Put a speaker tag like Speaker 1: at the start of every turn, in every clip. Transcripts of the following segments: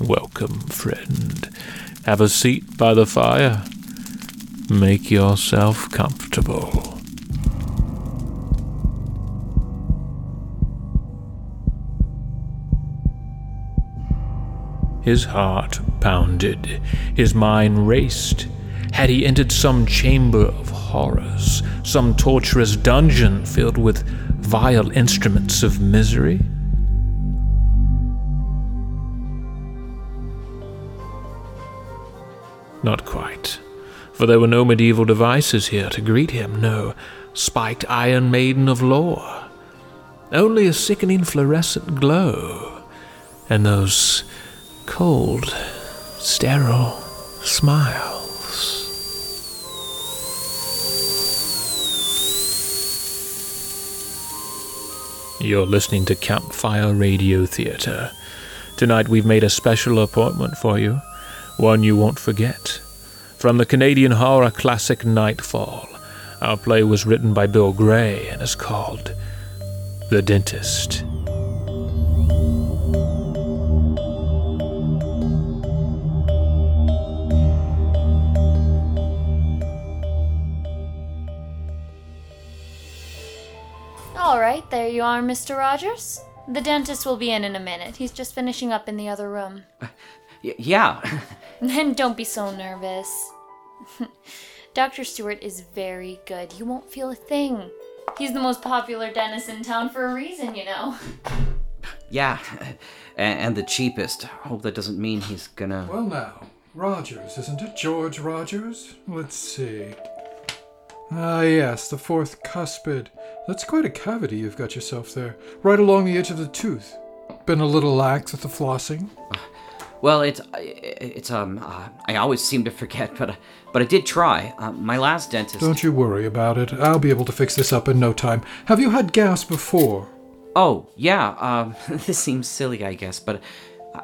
Speaker 1: Welcome, friend. Have a seat by the fire. Make yourself comfortable. His heart pounded, his mind raced. Had he entered some chamber of horrors, some torturous dungeon filled with vile instruments of misery? Not quite, for there were no medieval devices here to greet him, no spiked Iron Maiden of lore. Only a sickening fluorescent glow, and those cold, sterile smiles. You're listening to Campfire Radio Theatre. Tonight we've made a special appointment for you one you won't forget. From the Canadian horror classic Nightfall, our play was written by Bill Gray and is called The Dentist.
Speaker 2: All right, there you are, Mr. Rogers. The dentist will be in in a minute. He's just finishing up in the other room.
Speaker 3: Y- yeah.
Speaker 2: Then don't be so nervous. Dr. Stewart is very good. You won't feel a thing. He's the most popular dentist in town for a reason, you know.
Speaker 3: yeah. A- And the cheapest. Hope that doesn't mean he's gonna.
Speaker 4: Well, now, Rogers, isn't it? George Rogers? Let's see. Ah, yes, the fourth cuspid. That's quite a cavity you've got yourself there, right along the edge of the tooth. Been a little lax with the flossing?
Speaker 3: Well, it's I- it's um. Uh, I always seem to forget, but uh, but I did try. Uh, my last dentist.
Speaker 4: Don't you worry about it. I'll be able to fix this up in no time. Have you had gas before?
Speaker 3: Oh yeah. Um. this seems silly, I guess, but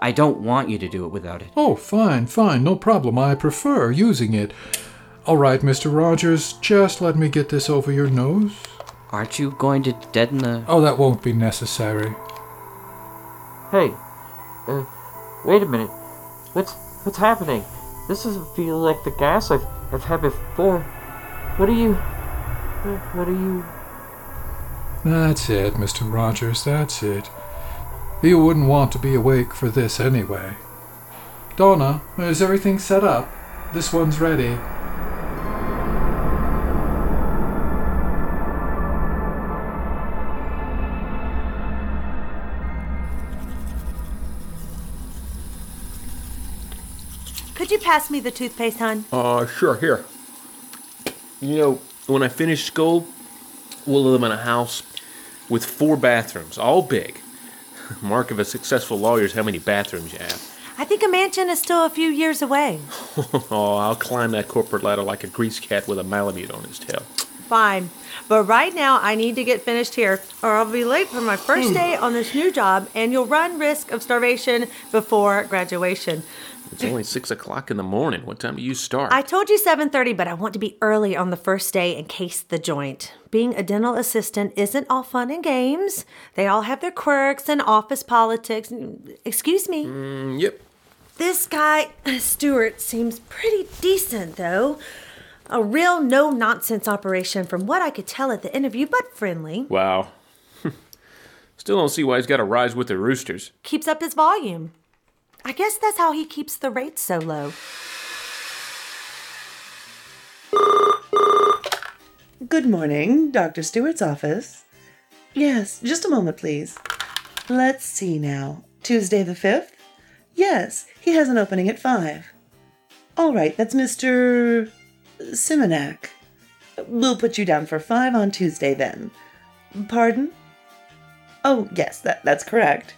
Speaker 3: I don't want you to do it without it.
Speaker 4: Oh, fine, fine, no problem. I prefer using it. All right, Mr. Rogers, just let me get this over your nose.
Speaker 3: Aren't you going to deaden the?
Speaker 4: Oh, that won't be necessary.
Speaker 5: Hey, uh, wait a minute. What's what's happening? This doesn't feel like the gas I've I've had before. What are you? What are you?
Speaker 4: That's it, Mr. Rogers, that's it. You wouldn't want to be awake for this anyway. Donna, is everything set up? This one's ready.
Speaker 6: Could you pass me the toothpaste, hon?
Speaker 7: Uh, sure, here. You know, when I finish school, we'll live in a house with four bathrooms, all big. Mark of a successful lawyer is how many bathrooms you have.
Speaker 6: I think a mansion is still a few years away.
Speaker 7: oh, I'll climb that corporate ladder like a grease cat with a malamute on his tail.
Speaker 6: Fine. But right now, I need to get finished here, or I'll be late for my first day on this new job, and you'll run risk of starvation before graduation.
Speaker 7: It's only six o'clock in the morning. What time do you start?
Speaker 6: I told you 7:30, but I want to be early on the first day in case the joint. Being a dental assistant isn't all fun and games. They all have their quirks and office politics. Excuse me.
Speaker 7: Mm, yep.
Speaker 6: This guy, uh, Stewart, seems pretty decent, though. A real no nonsense operation from what I could tell at the interview, but friendly.
Speaker 7: Wow. Still don't see why he's got to rise with the roosters.
Speaker 6: Keeps up his volume. I guess that's how he keeps the rates so low.
Speaker 8: Good morning, Dr. Stewart's office. Yes, just a moment, please. Let's see now. Tuesday the 5th? Yes, he has an opening at 5. All right, that's Mr. Simonak. We'll put you down for 5 on Tuesday then. Pardon? Oh, yes, that, that's correct.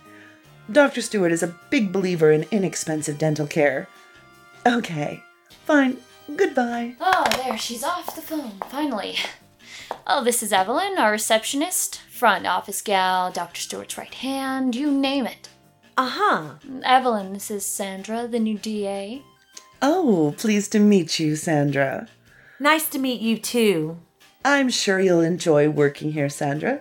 Speaker 8: Dr. Stewart is a big believer in inexpensive dental care. Okay, fine. Goodbye.
Speaker 2: Oh, there, she's off the phone, finally. Oh, this is Evelyn, our receptionist, front office gal, Dr. Stewart's right hand, you name it.
Speaker 6: Uh huh.
Speaker 2: Evelyn, this is Sandra, the new DA.
Speaker 8: Oh, pleased to meet you, Sandra.
Speaker 6: Nice to meet you, too.
Speaker 8: I'm sure you'll enjoy working here, Sandra.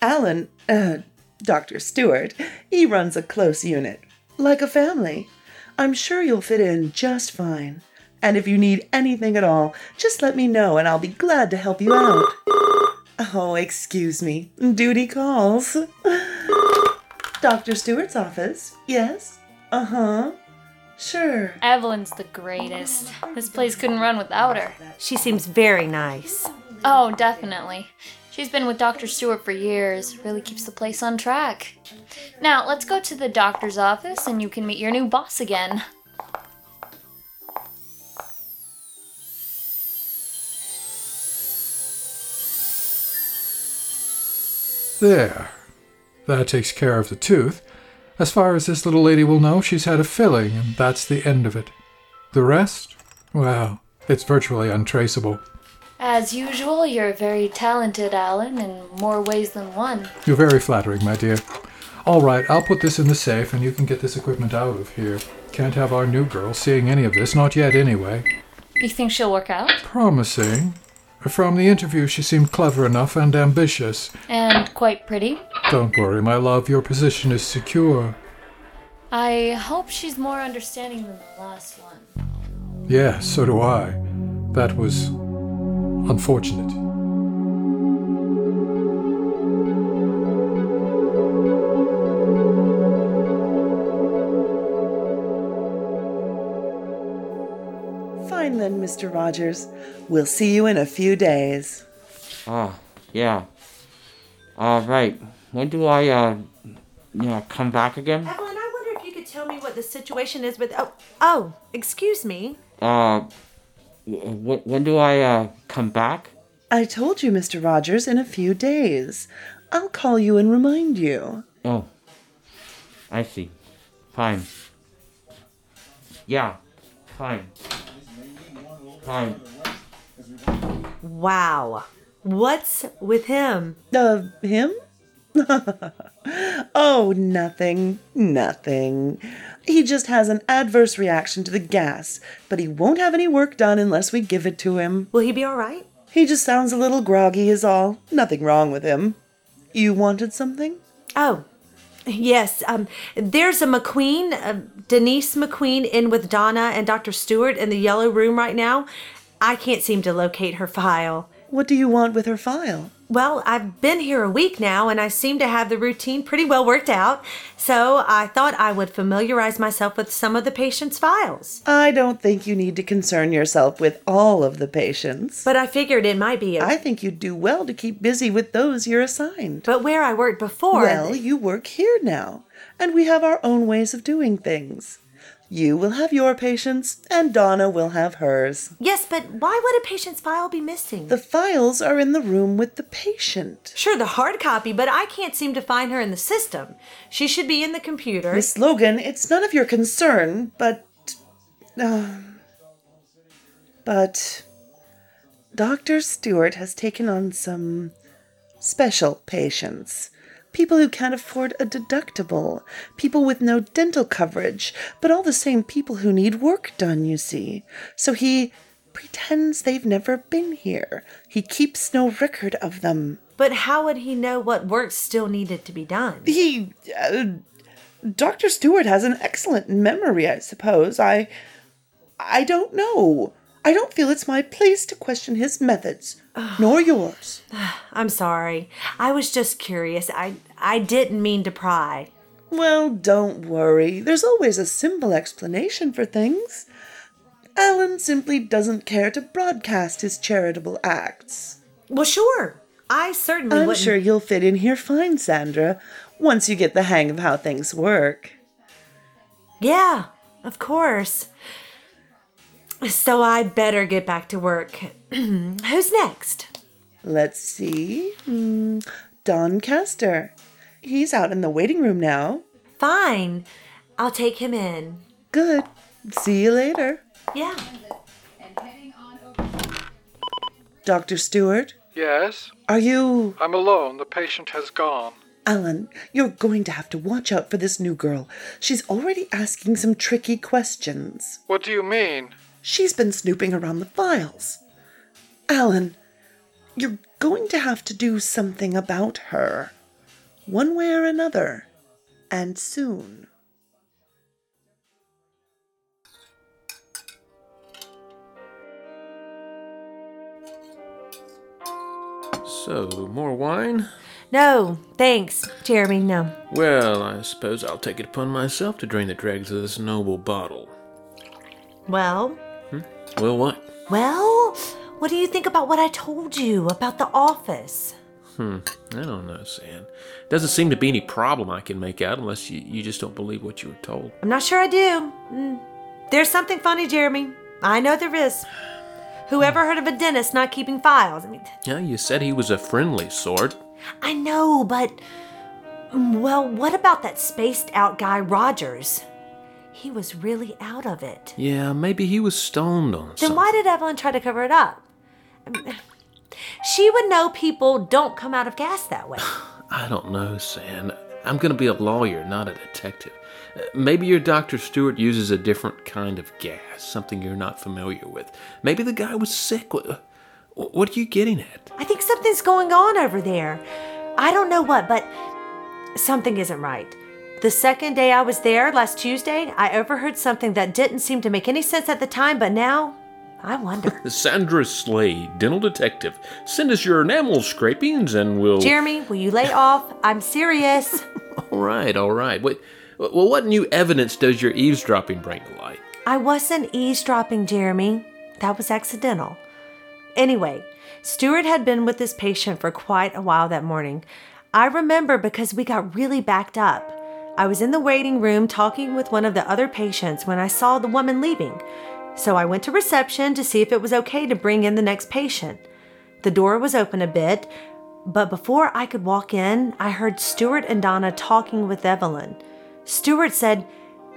Speaker 8: Alan, uh, Dr. Stewart, he runs a close unit, like a family. I'm sure you'll fit in just fine. And if you need anything at all, just let me know and I'll be glad to help you out. Oh, excuse me. Duty calls. Dr. Stewart's office. Yes. Uh huh. Sure.
Speaker 2: Evelyn's the greatest. This place couldn't run without her.
Speaker 6: She seems very nice.
Speaker 2: Oh, definitely. She's been with Dr. Stewart for years. Really keeps the place on track. Now, let's go to the doctor's office and you can meet your new boss again.
Speaker 4: There. That takes care of the tooth. As far as this little lady will know, she's had a filling, and that's the end of it. The rest? Well, it's virtually untraceable.
Speaker 2: As usual, you're very talented, Alan, in more ways than one.
Speaker 4: You're very flattering, my dear. All right, I'll put this in the safe, and you can get this equipment out of here. Can't have our new girl seeing any of this, not yet, anyway.
Speaker 2: You think she'll work out?
Speaker 4: Promising. From the interview, she seemed clever enough and ambitious.
Speaker 2: And quite pretty?
Speaker 4: Don't worry, my love, your position is secure.
Speaker 2: I hope she's more understanding than the last one.
Speaker 4: Yeah, so do I. That was unfortunate.
Speaker 8: Fine then, Mr. Rogers. We'll see you in a few days.
Speaker 5: Oh, yeah. All right. When do I, uh, you know, come back again?
Speaker 6: Evelyn, I wonder if you could tell me what the situation is with. Oh, oh, excuse me.
Speaker 5: Uh, w- when do I, uh, come back?
Speaker 8: I told you, Mr. Rogers, in a few days. I'll call you and remind you.
Speaker 5: Oh, I see. Fine. Yeah, fine. Fine.
Speaker 6: Wow. What's with him?
Speaker 8: Of him? oh, nothing. Nothing. He just has an adverse reaction to the gas, but he won't have any work done unless we give it to him.
Speaker 6: Will he be all right?
Speaker 8: He just sounds a little groggy, is all. Nothing wrong with him. You wanted something?
Speaker 6: Oh, yes. Um, there's a McQueen, uh, Denise McQueen, in with Donna and Dr. Stewart in the yellow room right now. I can't seem to locate her file.
Speaker 8: What do you want with her file?
Speaker 6: Well, I've been here a week now and I seem to have the routine pretty well worked out, so I thought I would familiarize myself with some of the patient's files.
Speaker 8: I don't think you need to concern yourself with all of the patients.
Speaker 6: But I figured it might be a.
Speaker 8: I think you'd do well to keep busy with those you're assigned.
Speaker 6: but where I worked before.
Speaker 8: Well, you work here now, and we have our own ways of doing things. You will have your patients, and Donna will have hers.
Speaker 6: Yes, but why would a patient's file be missing?
Speaker 8: The files are in the room with the patient.
Speaker 6: Sure, the hard copy, but I can't seem to find her in the system. She should be in the computer.
Speaker 8: Miss Logan, it's none of your concern, but. Uh, but. Dr. Stewart has taken on some special patients. People who can't afford a deductible, people with no dental coverage, but all the same people who need work done, you see. So he pretends they've never been here. He keeps no record of them.
Speaker 6: But how would he know what work still needed to be done?
Speaker 8: He. Uh, Dr. Stewart has an excellent memory, I suppose. I. I don't know. I don't feel it's my place to question his methods, nor yours.
Speaker 6: I'm sorry. I was just curious. I I didn't mean to pry.
Speaker 8: Well, don't worry. There's always a simple explanation for things. Alan simply doesn't care to broadcast his charitable acts.
Speaker 6: Well, sure. I certainly
Speaker 8: I'm
Speaker 6: wouldn't.
Speaker 8: sure you'll fit in here fine, Sandra, once you get the hang of how things work.
Speaker 6: Yeah, of course. So I better get back to work. Who's next?
Speaker 8: Let's see. Hmm, Don Castor. He's out in the waiting room now.
Speaker 6: Fine. I'll take him in.
Speaker 8: Good. See you later.
Speaker 6: Yeah.
Speaker 8: Dr. Stewart,
Speaker 4: Yes,
Speaker 8: are you.
Speaker 4: I'm alone. The patient has gone.
Speaker 8: Alan, you're going to have to watch out for this new girl. She's already asking some tricky questions.
Speaker 4: What do you mean?
Speaker 8: She's been snooping around the files. Alan, you're going to have to do something about her. One way or another. And soon.
Speaker 1: So, more wine?
Speaker 6: No, thanks, Jeremy. No.
Speaker 1: Well, I suppose I'll take it upon myself to drain the dregs of this noble bottle.
Speaker 6: Well,
Speaker 1: Well, what?
Speaker 6: well, what do you think about what I told you about the office?
Speaker 1: Hmm, I don't know, San. Doesn't seem to be any problem I can make out unless you, you just don't believe what you were told.
Speaker 6: I'm not sure I do. Mm. There's something funny, Jeremy. I know there is. Whoever heard of a dentist not keeping files? I mean,
Speaker 1: Yeah, you said he was a friendly sort.
Speaker 6: I know, but. mm, Well, what about that spaced out guy, Rogers? He was really out of it.
Speaker 1: Yeah, maybe he was stoned on
Speaker 6: Then
Speaker 1: something.
Speaker 6: why did Evelyn try to cover it up? I mean, She would know people don't come out of gas that way.
Speaker 1: I don't know, San. I'm going to be a lawyer, not a detective. Uh, Maybe your Dr. Stewart uses a different kind of gas, something you're not familiar with. Maybe the guy was sick. What, what are you getting at?
Speaker 6: I think something's going on over there. I don't know what, but something isn't right. The second day I was there, last Tuesday, I overheard something that didn't seem to make any sense at the time, but now I wonder.
Speaker 1: Sandra Slade, dental detective. Send us your enamel scrapings and we'll.
Speaker 6: Jeremy, will you lay off? I'm serious.
Speaker 1: All right, all right. Wait, well, what new evidence does your eavesdropping bring to light?
Speaker 6: I wasn't eavesdropping, Jeremy. That was accidental. Anyway, Stuart had been with this patient for quite a while that morning. I remember because we got really backed up. I was in the waiting room talking with one of the other patients when I saw the woman leaving. So I went to reception to see if it was okay to bring in the next patient. The door was open a bit, but before I could walk in, I heard Stuart and Donna talking with Evelyn. Stuart said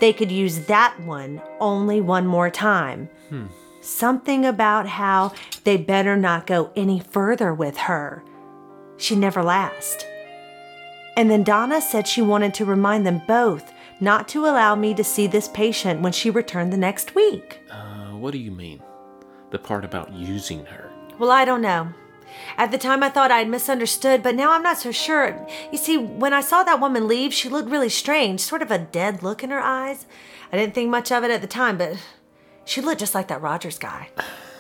Speaker 6: they could use that one only one more time. Something about how they better not go any further with her. She never last. And then Donna said she wanted to remind them both not to allow me to see this patient when she returned the next week.
Speaker 1: Uh, what do you mean? The part about using her.
Speaker 6: Well, I don't know. At the time, I thought I had misunderstood, but now I'm not so sure. You see, when I saw that woman leave, she looked really strange, sort of a dead look in her eyes. I didn't think much of it at the time, but she looked just like that Rogers guy.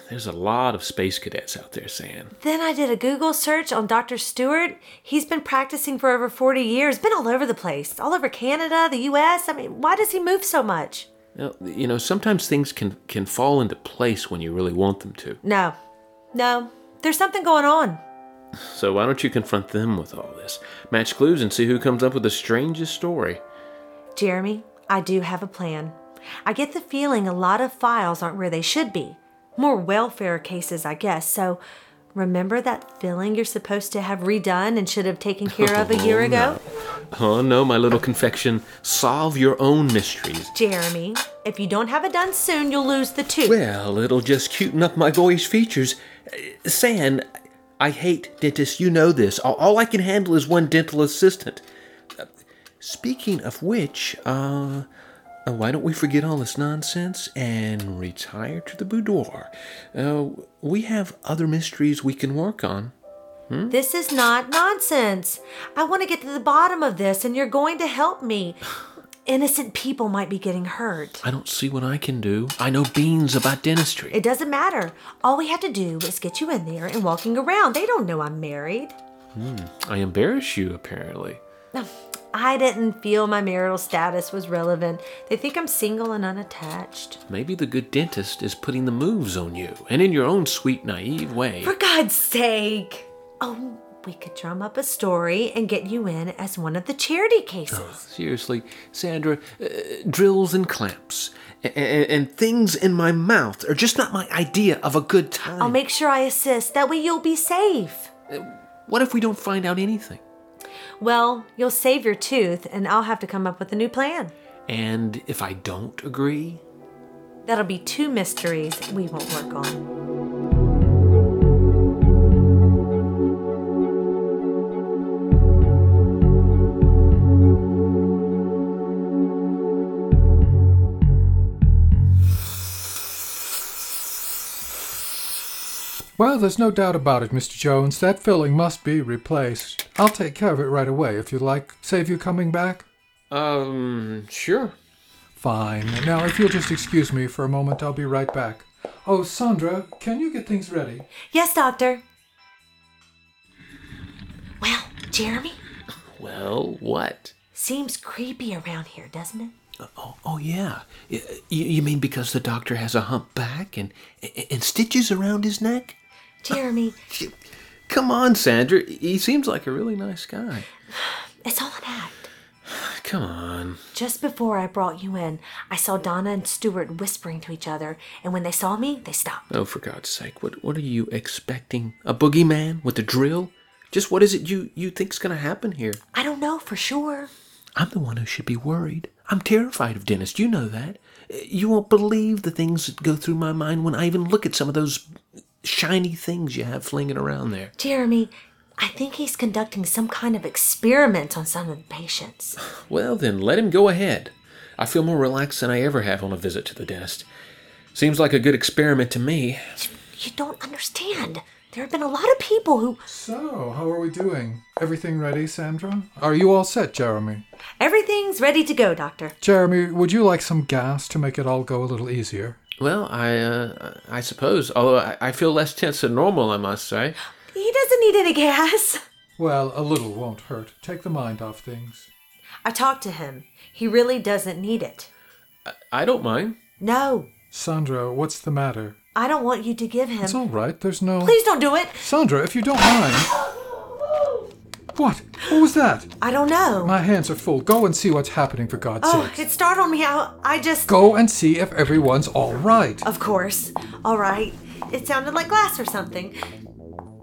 Speaker 1: There's a lot of space cadets out there, San.
Speaker 6: Then I did a Google search on Dr. Stewart. He's been practicing for over 40 years, been all over the place, all over Canada, the US. I mean, why does he move so much?
Speaker 1: Now, You know, sometimes things can, can fall into place when you really want them to.
Speaker 6: No, no, there's something going on.
Speaker 1: So why don't you confront them with all this? Match clues and see who comes up with the strangest story.
Speaker 6: Jeremy, I do have a plan. I get the feeling a lot of files aren't where they should be. More welfare cases, I guess. So remember that filling you're supposed to have redone and should have taken care of a year
Speaker 1: Oh,
Speaker 6: ago?
Speaker 1: no. Oh no, my little confection. Solve your own mysteries.
Speaker 6: Jeremy, if you don't have it done soon, you'll lose the tooth.
Speaker 1: Well, it'll just cuten up my boyish features. Uh, San, I hate dentists. You know this. All, all I can handle is one dental assistant. Uh, Speaking of which, uh, uh, why don't we forget all this nonsense and retire to the boudoir? Uh, we have other mysteries we can work on.
Speaker 6: This is not nonsense. I want to get to the bottom of this, and you're going to help me. Innocent people might be getting hurt.
Speaker 1: I don't see what I can do. I know beans about dentistry.
Speaker 6: It doesn't matter. All we have to do is get you in there and walking around. They don't know I'm married.
Speaker 1: I embarrass you, apparently.
Speaker 6: I didn't feel my marital status was relevant. They think I'm single and unattached.
Speaker 1: Maybe the good dentist is putting the moves on you, and in your own sweet, naive way.
Speaker 6: For God's sake! Oh, we could drum up a story and get you in as one of the charity cases.
Speaker 1: Seriously, Sandra, uh, drills and clamps and, and things in my mouth are just not my idea of a good time.
Speaker 6: I'll make sure I assist. That way you'll be safe.
Speaker 1: what if we don't find out anything?
Speaker 6: Well, you'll save your tooth, and I'll have to come up with a new plan.
Speaker 1: And if I don't agree?
Speaker 6: That'll be two mysteries we won't work on.
Speaker 4: Well, there's no doubt about it, Mr. Jones. That filling must be replaced. I'll take care of it right away if you like. Save you coming back?
Speaker 1: Um, sure.
Speaker 4: Fine. Now, if you'll just excuse me for a moment, I'll be right back. Oh, Sandra, can you get things ready?
Speaker 6: Yes, doctor. Jeremy?
Speaker 1: Well, what?
Speaker 6: Seems creepy around here, doesn't it?
Speaker 9: Oh, oh yeah. Y- You, you mean because the doctor has a hump back and, and stitches around his neck?
Speaker 6: Jeremy,
Speaker 1: Come on, Sandra. He seems like a really nice guy.
Speaker 6: it's all an act.
Speaker 1: Come on.
Speaker 6: Just before I brought you in, I saw Donna and Stuart whispering to each other, and when they saw me, they stopped.
Speaker 1: Oh, for God's sake, what what are you expecting? A boogeyman with a drill? Just what is it you you think's gonna happen here?
Speaker 6: I don't know for sure.
Speaker 9: I'm the one who should be worried. I'm terrified of Dennis. You know that. You won't believe the things that go through my mind when I even look at some of those shiny things you have flinging around there.
Speaker 6: Jeremy, I think he's conducting some kind of experiment on some of the patients.
Speaker 1: Well, then let him go ahead. I feel more relaxed than I ever have on a visit to the dentist. Seems like a good experiment to me.
Speaker 6: You don't understand. There have been a lot of people who.
Speaker 4: So, how are we doing? Everything ready, Sandra? Are you all set, Jeremy?
Speaker 6: Everything's ready to go, Doctor.
Speaker 4: Jeremy, would you like some gas to make it all go a little easier?
Speaker 1: Well, I uh, I suppose, although I, I feel less tense than normal, I must say.
Speaker 6: He doesn't need any gas.
Speaker 4: Well, a little won't hurt. Take the mind off things.
Speaker 6: I talked to him. He really doesn't need it.
Speaker 1: I, I don't mind.
Speaker 6: No,
Speaker 4: Sandra, what's the matter?
Speaker 6: I don't want you to give him.
Speaker 4: It's all right. There's no.
Speaker 6: Please don't do it.
Speaker 4: Sandra, if you don't mind. What? What was that?
Speaker 6: I don't know.
Speaker 4: My hands are full. Go and see what's happening, for God's
Speaker 6: Oh,
Speaker 4: sake.
Speaker 6: it startled me out. I just.
Speaker 4: Go and see if everyone's all right.
Speaker 6: Of course. All right. It sounded like glass or something.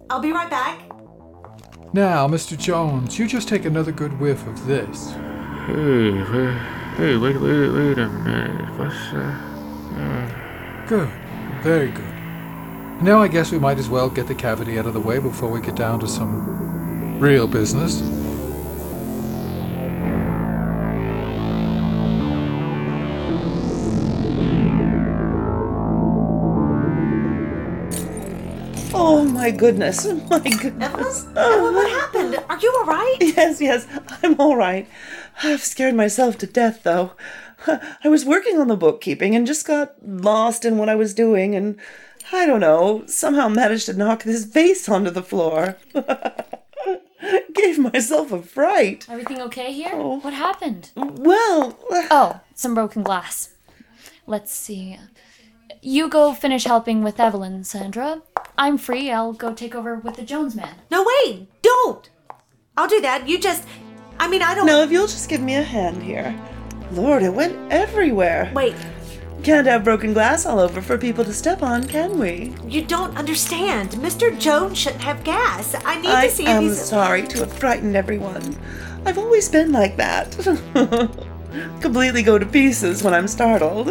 Speaker 6: I'll be right back.
Speaker 4: Now, Mr. Jones, you just take another good whiff of this.
Speaker 5: Hey, wait, hey, wait, wait, wait a minute. What's uh, that?
Speaker 4: Good. Very good. Now I guess we might as well get the cavity out of the way before we get down to some real business.
Speaker 8: Oh my goodness, my goodness.
Speaker 4: Oh.
Speaker 6: Emma, what happened? Are you all right?
Speaker 8: Yes, yes, I'm all right. I've scared myself to death, though. I was working on the bookkeeping and just got lost in what I was doing, and I don't know, somehow managed to knock this vase onto the floor. Gave myself a fright.
Speaker 2: Everything okay here? What happened?
Speaker 8: Well,
Speaker 2: Oh, some broken glass. Let's see. You go finish helping with Evelyn, Sandra. I'm free. I'll go take over with the Jones man.
Speaker 6: No, wait. Don't. I'll do that. You just. I mean, I don't.
Speaker 8: now if you'll just give me a hand here. Lord, it went everywhere.
Speaker 6: Wait.
Speaker 8: Can't have broken glass all over for people to step on, can we?
Speaker 6: You don't understand. Mr. Jones shouldn't have gas. I need
Speaker 8: I
Speaker 6: to see if
Speaker 8: am
Speaker 6: he's.
Speaker 8: sorry to have frightened everyone. I've always been like that. Completely go to pieces when I'm startled.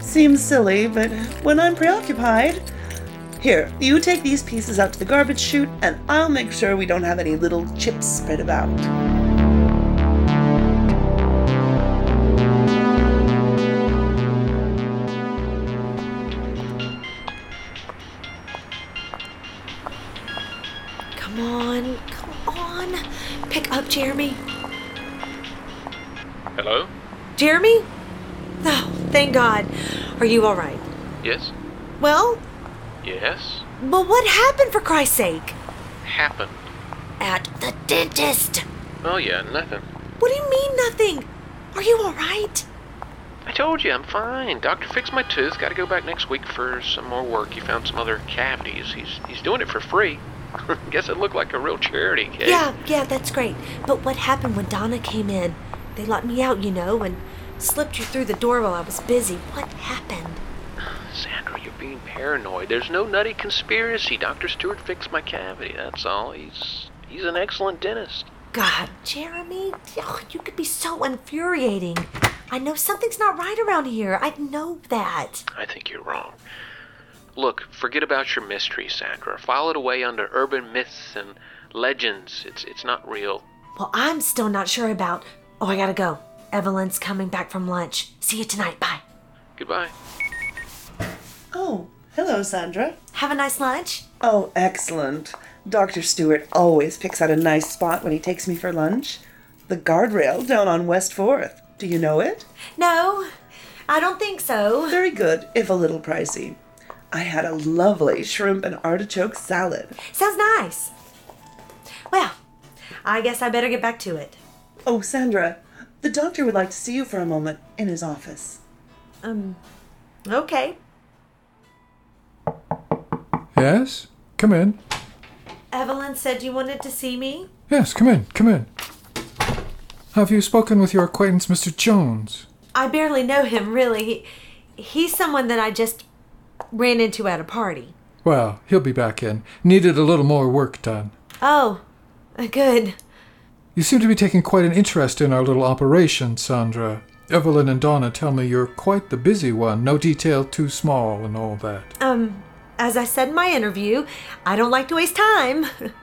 Speaker 8: Seems silly, but when I'm preoccupied. Here, you take these pieces out to the garbage chute, and I'll make sure we don't have any little chips spread about.
Speaker 6: Come on. Come on. Pick up Jeremy.
Speaker 1: Hello?
Speaker 6: Jeremy? Oh, thank God. Are you all right?
Speaker 1: Yes?
Speaker 6: Well,
Speaker 1: Yes?
Speaker 6: well, what happened for Christ's sake?
Speaker 1: Happened.
Speaker 6: At the dentist.
Speaker 1: Oh yeah, nothing.
Speaker 6: What do you mean nothing? Are you all right?
Speaker 1: I told you I'm fine. Doctor fixed my tooth. Got to go back next week for some more work. He found some other cavities. He's he's doing it for free. Guess it looked like a real charity case.
Speaker 6: Yeah, yeah, that's great. But what happened when Donna came in? They locked me out, you know, and slipped you through the door while I was busy. What happened?
Speaker 1: Sandra, you're being paranoid. There's no nutty conspiracy. Doctor Stewart fixed my cavity. That's all. He's he's an excellent dentist.
Speaker 6: God, Jeremy, oh, you could be so infuriating. I know something's not right around here. I know that.
Speaker 1: I think you're wrong. Look, forget about your mystery, Sandra. File it away under urban myths and legends. It's it's not real.
Speaker 6: Well, I'm still not sure about. Oh, I gotta go. Evelyn's coming back from lunch. See you tonight. Bye.
Speaker 1: Goodbye.
Speaker 8: Oh, hello, Sandra.
Speaker 6: Have a nice lunch.
Speaker 8: Oh, excellent. Dr. Stewart always picks out a nice spot when he takes me for lunch. The guardrail down on West 4th. Do you know it?
Speaker 6: No, I don't think so.
Speaker 8: Very good, if a little pricey. I had a lovely shrimp and artichoke salad.
Speaker 6: Sounds nice. Well, I guess I better get back to it.
Speaker 8: Oh, Sandra, the doctor would like to see you for a moment in his office.
Speaker 6: Um, okay.
Speaker 4: Yes? Come in.
Speaker 6: Evelyn said you wanted to see me.
Speaker 4: Yes, come in, come in. Have you spoken with your acquaintance, Mr. Jones?
Speaker 6: I barely know him, really. He, he's someone that I just ran into at a party.
Speaker 4: Well, he'll be back in. Needed a little more work done.
Speaker 6: Oh, good.
Speaker 4: You seem to be taking quite an interest in our little operation, Sandra. Evelyn and Donna tell me you're quite the busy one. No detail too small and all that.
Speaker 6: Um, as I said in my interview, I don't like to waste time.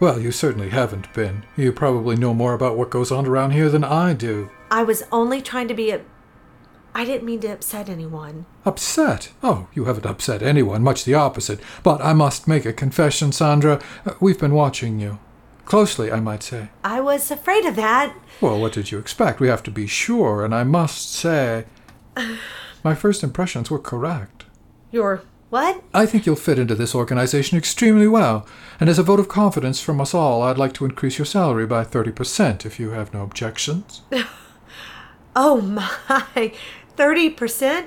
Speaker 4: Well, you certainly haven't been. You probably know more about what goes on around here than I do.
Speaker 6: I was only trying to be a. I didn't mean to upset anyone.
Speaker 4: Upset? Oh, you haven't upset anyone, much the opposite. But I must make a confession, Sandra. Uh, We've been watching you. Closely, I might say.
Speaker 6: I was afraid of that.
Speaker 4: Well, what did you expect? We have to be sure, and I must say. My first impressions were correct.
Speaker 6: Your what?
Speaker 4: I think you'll fit into this organization extremely well, and as a vote of confidence from us all, I'd like to increase your salary by 30% if you have no objections.
Speaker 6: Oh my, 30%?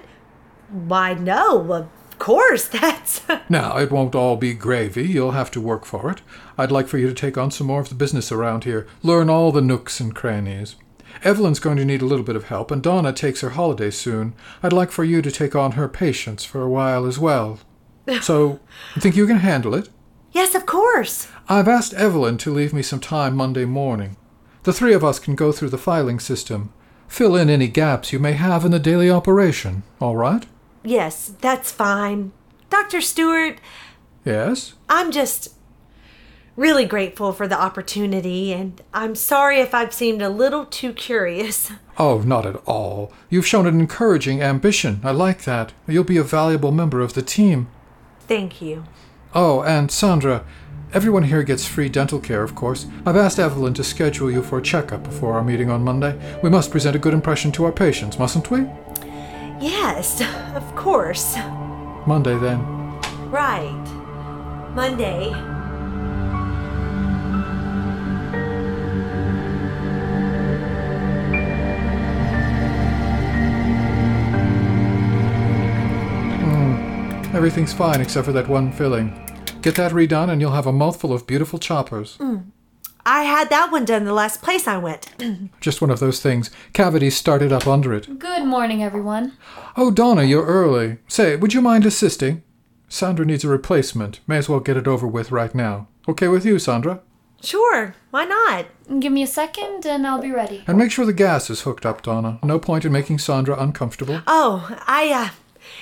Speaker 6: Why, no, of course, that's.
Speaker 4: Now, it won't all be gravy. You'll have to work for it. I'd like for you to take on some more of the business around here, learn all the nooks and crannies. Evelyn's going to need a little bit of help, and Donna takes her holiday soon. I'd like for you to take on her patients for a while as well. So, think you can handle it?
Speaker 6: yes, of course.
Speaker 4: I've asked Evelyn to leave me some time Monday morning. The three of us can go through the filing system, fill in any gaps you may have in the daily operation, all right?
Speaker 6: Yes, that's fine. Dr. Stewart,
Speaker 4: Yes?
Speaker 6: I'm just really grateful for the opportunity, and I'm sorry if I've seemed a little too curious.
Speaker 4: Oh, not at all. You've shown an encouraging ambition. I like that. You'll be a valuable member of the team.
Speaker 6: Thank you.
Speaker 4: Oh, and Sandra, everyone here gets free dental care, of course. I've asked Evelyn to schedule you for a checkup before our meeting on Monday. We must present a good impression to our patients, mustn't we?
Speaker 6: Yes, of course.
Speaker 4: Monday, then.
Speaker 6: Right. Monday.
Speaker 4: Everything's fine except for that one filling. Get that redone, and you'll have a mouthful of beautiful choppers.
Speaker 6: I had that one done the last place I went.
Speaker 4: Just one of those things. Cavities started up under it.
Speaker 2: Good morning, everyone.
Speaker 4: Oh, Donna, you're early. Say, would you mind assisting? Sandra needs a replacement. May as well get it over with right now. Okay with you, Sandra?
Speaker 6: Sure, why not?
Speaker 2: Give me a second and I'll be ready.
Speaker 4: And make sure the gas is hooked up, Donna. No point in making Sandra uncomfortable.
Speaker 6: Oh, I uh,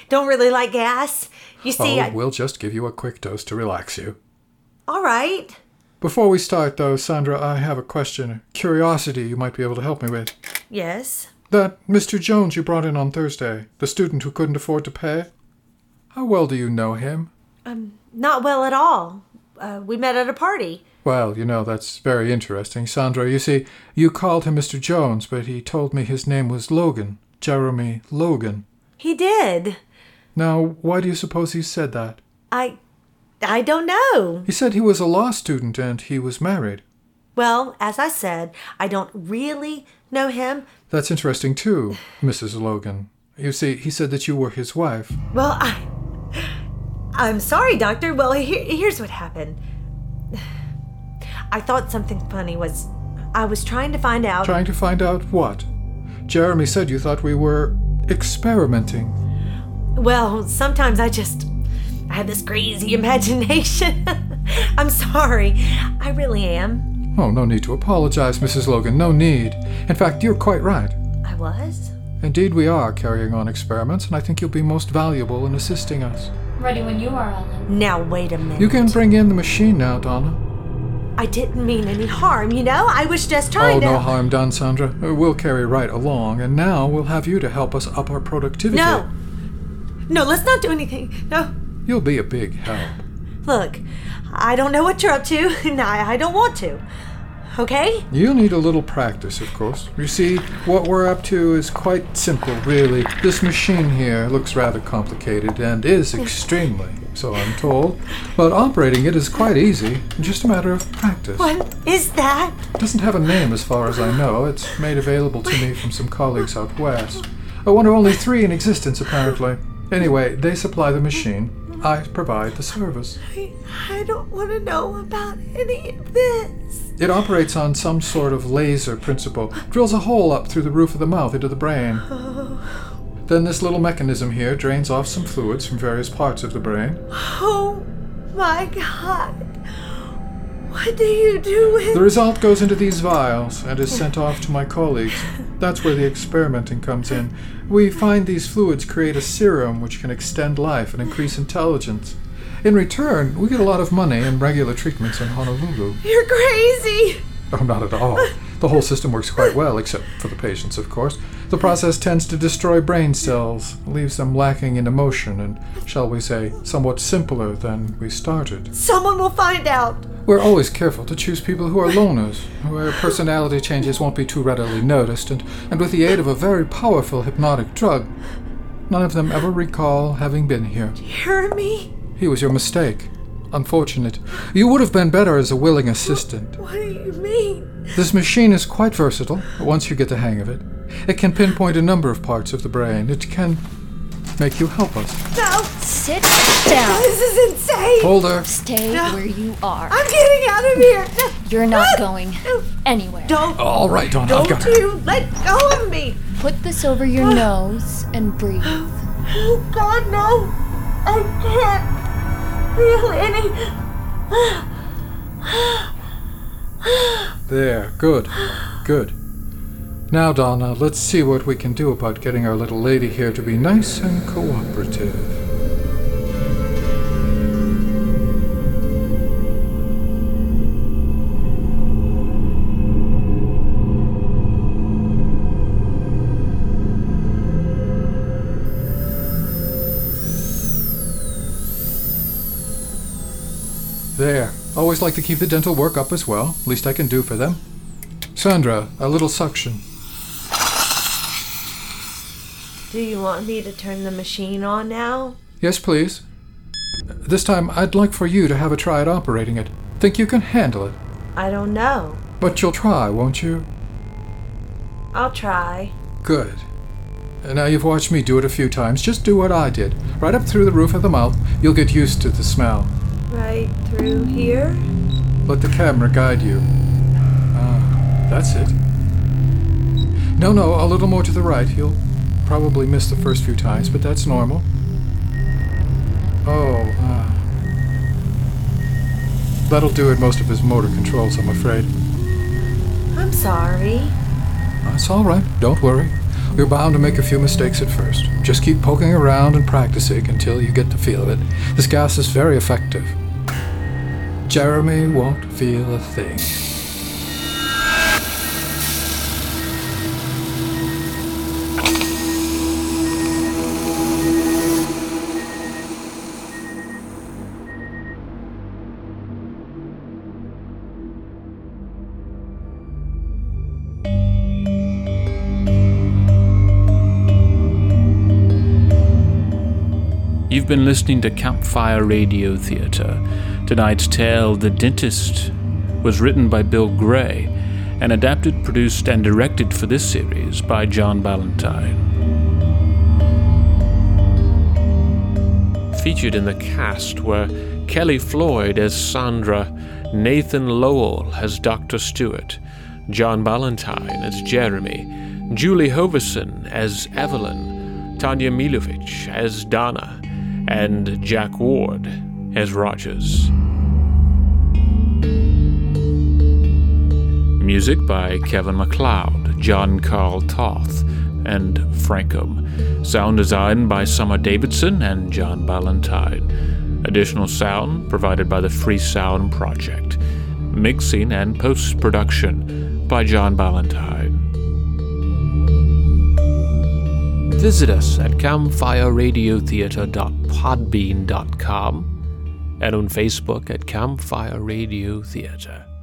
Speaker 6: don't really like gas. You see,
Speaker 4: oh,
Speaker 6: I,
Speaker 4: we'll just give you a quick dose to relax you.
Speaker 6: all right.
Speaker 4: Before we start, though, Sandra, I have a question. Curiosity you might be able to help me with.
Speaker 6: Yes.
Speaker 4: That Mr. Jones you brought in on Thursday, the student who couldn't afford to pay? How well do you know him?
Speaker 6: Um, Not well at all. Uh, we met at a party.
Speaker 4: Well, you know, that's very interesting, Sandra. You see, you called him Mr. Jones, but he told me his name was Logan. Jeremy Logan.
Speaker 6: He did.
Speaker 4: Now, why do you suppose he said that?
Speaker 6: I, I don't know.
Speaker 4: He said he was a law student and he was married.
Speaker 6: Well, as I said, I don't really know him.
Speaker 4: That's interesting, too, Mrs. Logan. You see, he said that you were his wife.
Speaker 6: Well, I, I'm sorry, Doctor. Well, here, here's what happened. I thought something funny was. I was trying to find out.
Speaker 4: Trying to find out what? Jeremy said you thought we were experimenting.
Speaker 6: Well, sometimes I just I have this crazy imagination. I'm sorry. I really am.
Speaker 4: Oh, no need to apologize, Mrs. Logan, no need. In fact, you're quite right.
Speaker 6: I was.
Speaker 4: Indeed, we are carrying on experiments, and I think you'll be most valuable in assisting us.
Speaker 2: Ready when you are, Ellen.
Speaker 6: Now wait a minute.
Speaker 4: You can bring in the machine now, Donna.
Speaker 6: I didn't mean any harm, you know? I was just
Speaker 4: Oh,
Speaker 6: trying to
Speaker 4: no harm done, Sandra. Uh, We'll carry right along, and now we'll have you to help us up our productivity.
Speaker 6: No. No, let's not do anything. No.
Speaker 4: You'll be a big help.
Speaker 6: Look, I don't know what you're up to, and I, I don't want to. okay?
Speaker 4: You'll need a little practice, of course. You see, what we're up to is quite simple, really. This machine here looks rather complicated and is extremely, so I'm told. But operating it is quite easy, just a matter of practice.
Speaker 6: What is that?
Speaker 4: It doesn't have a name as far as I know. It's made available to me from some colleagues out west. Uh, One of only three in existence, apparently. Anyway, they supply the machine. I provide the service.
Speaker 6: I, I don't want to know about any of this.
Speaker 4: It operates on some sort of laser principle, drills a hole up through the roof of the mouth into the brain. Then this little mechanism here drains off some fluids from various parts of the brain.
Speaker 6: Oh my god. What do you do with
Speaker 4: The result goes into these vials and is sent off to my colleagues. That's where the experimenting comes in. We find these fluids create a serum which can extend life and increase intelligence. In return, we get a lot of money and regular treatments in Honolulu.
Speaker 6: You're crazy.
Speaker 4: Oh, not at all. The whole system works quite well, except for the patients, of course. The process tends to destroy brain cells, leaves them lacking in emotion, and, shall we say, somewhat simpler than we started.
Speaker 6: Someone will find out.
Speaker 4: We're always careful to choose people who are loners, where personality changes won't be too readily noticed, and, and with the aid of a very powerful hypnotic drug, none of them ever recall having been here.
Speaker 6: Hear me?
Speaker 4: He was your mistake. Unfortunate. You would have been better as a willing assistant.
Speaker 6: What do you mean?
Speaker 4: This machine is quite versatile once you get the hang of it. It can pinpoint a number of parts of the brain. It can make you help us.
Speaker 6: No,
Speaker 2: Sit down.
Speaker 6: this is insane.
Speaker 4: Hold her.
Speaker 2: Stay where you are.
Speaker 6: I'm getting out of here. No,
Speaker 2: You're not going anywhere.
Speaker 6: Don't,
Speaker 4: All right, Don, I've got
Speaker 6: don't
Speaker 4: her.
Speaker 6: you let go of me.
Speaker 2: Put this over your nose and breathe.
Speaker 6: Oh God, no! I can't feel any.
Speaker 4: There, good, good. Now, Donna, let's see what we can do about getting our little lady here to be nice and cooperative. There. Always like to keep the dental work up as well. Least I can do for them. Sandra, a little suction.
Speaker 6: Do you want me to turn the machine on now?
Speaker 4: Yes, please. This time, I'd like for you to have a try at operating it. Think you can handle it.
Speaker 6: I don't know.
Speaker 4: But you'll try, won't you?
Speaker 6: I'll try.
Speaker 4: Good. And Now you've watched me do it a few times. Just do what I did. Right up through the roof of the mouth. You'll get used to the smell.
Speaker 6: Right through here.
Speaker 4: Let the camera guide you. Ah, that's it. No, no, a little more to the right. You'll probably miss the first few times, but that's normal. Oh, ah. That'll do it most of his motor controls, I'm afraid.
Speaker 6: I'm sorry.
Speaker 4: That's all right. Don't worry. You're bound to make a few mistakes at first. Just keep poking around and practicing until you get the feel of it. This gas is very effective. Jeremy won't feel a thing.
Speaker 9: You've been listening to Campfire Radio Theatre. Tonight's tale, The Dentist, was written by Bill Gray and adapted, produced, and directed for this series by John Ballantyne. Featured in the cast were Kelly Floyd as Sandra, Nathan Lowell as Dr. Stewart, John Ballantyne as Jeremy, Julie Hoverson as Evelyn, Tanya Milovich as Donna, and Jack Ward as Rogers. Music by Kevin MacLeod, John Carl Toth, and Frankum. Sound design by Summer Davidson and John Ballantyne. Additional sound provided by the Free Sound Project. Mixing and post production by John Ballantyne. Visit us at campfireradiotheatre.podbean.com and on Facebook at Campfire Radio Theatre.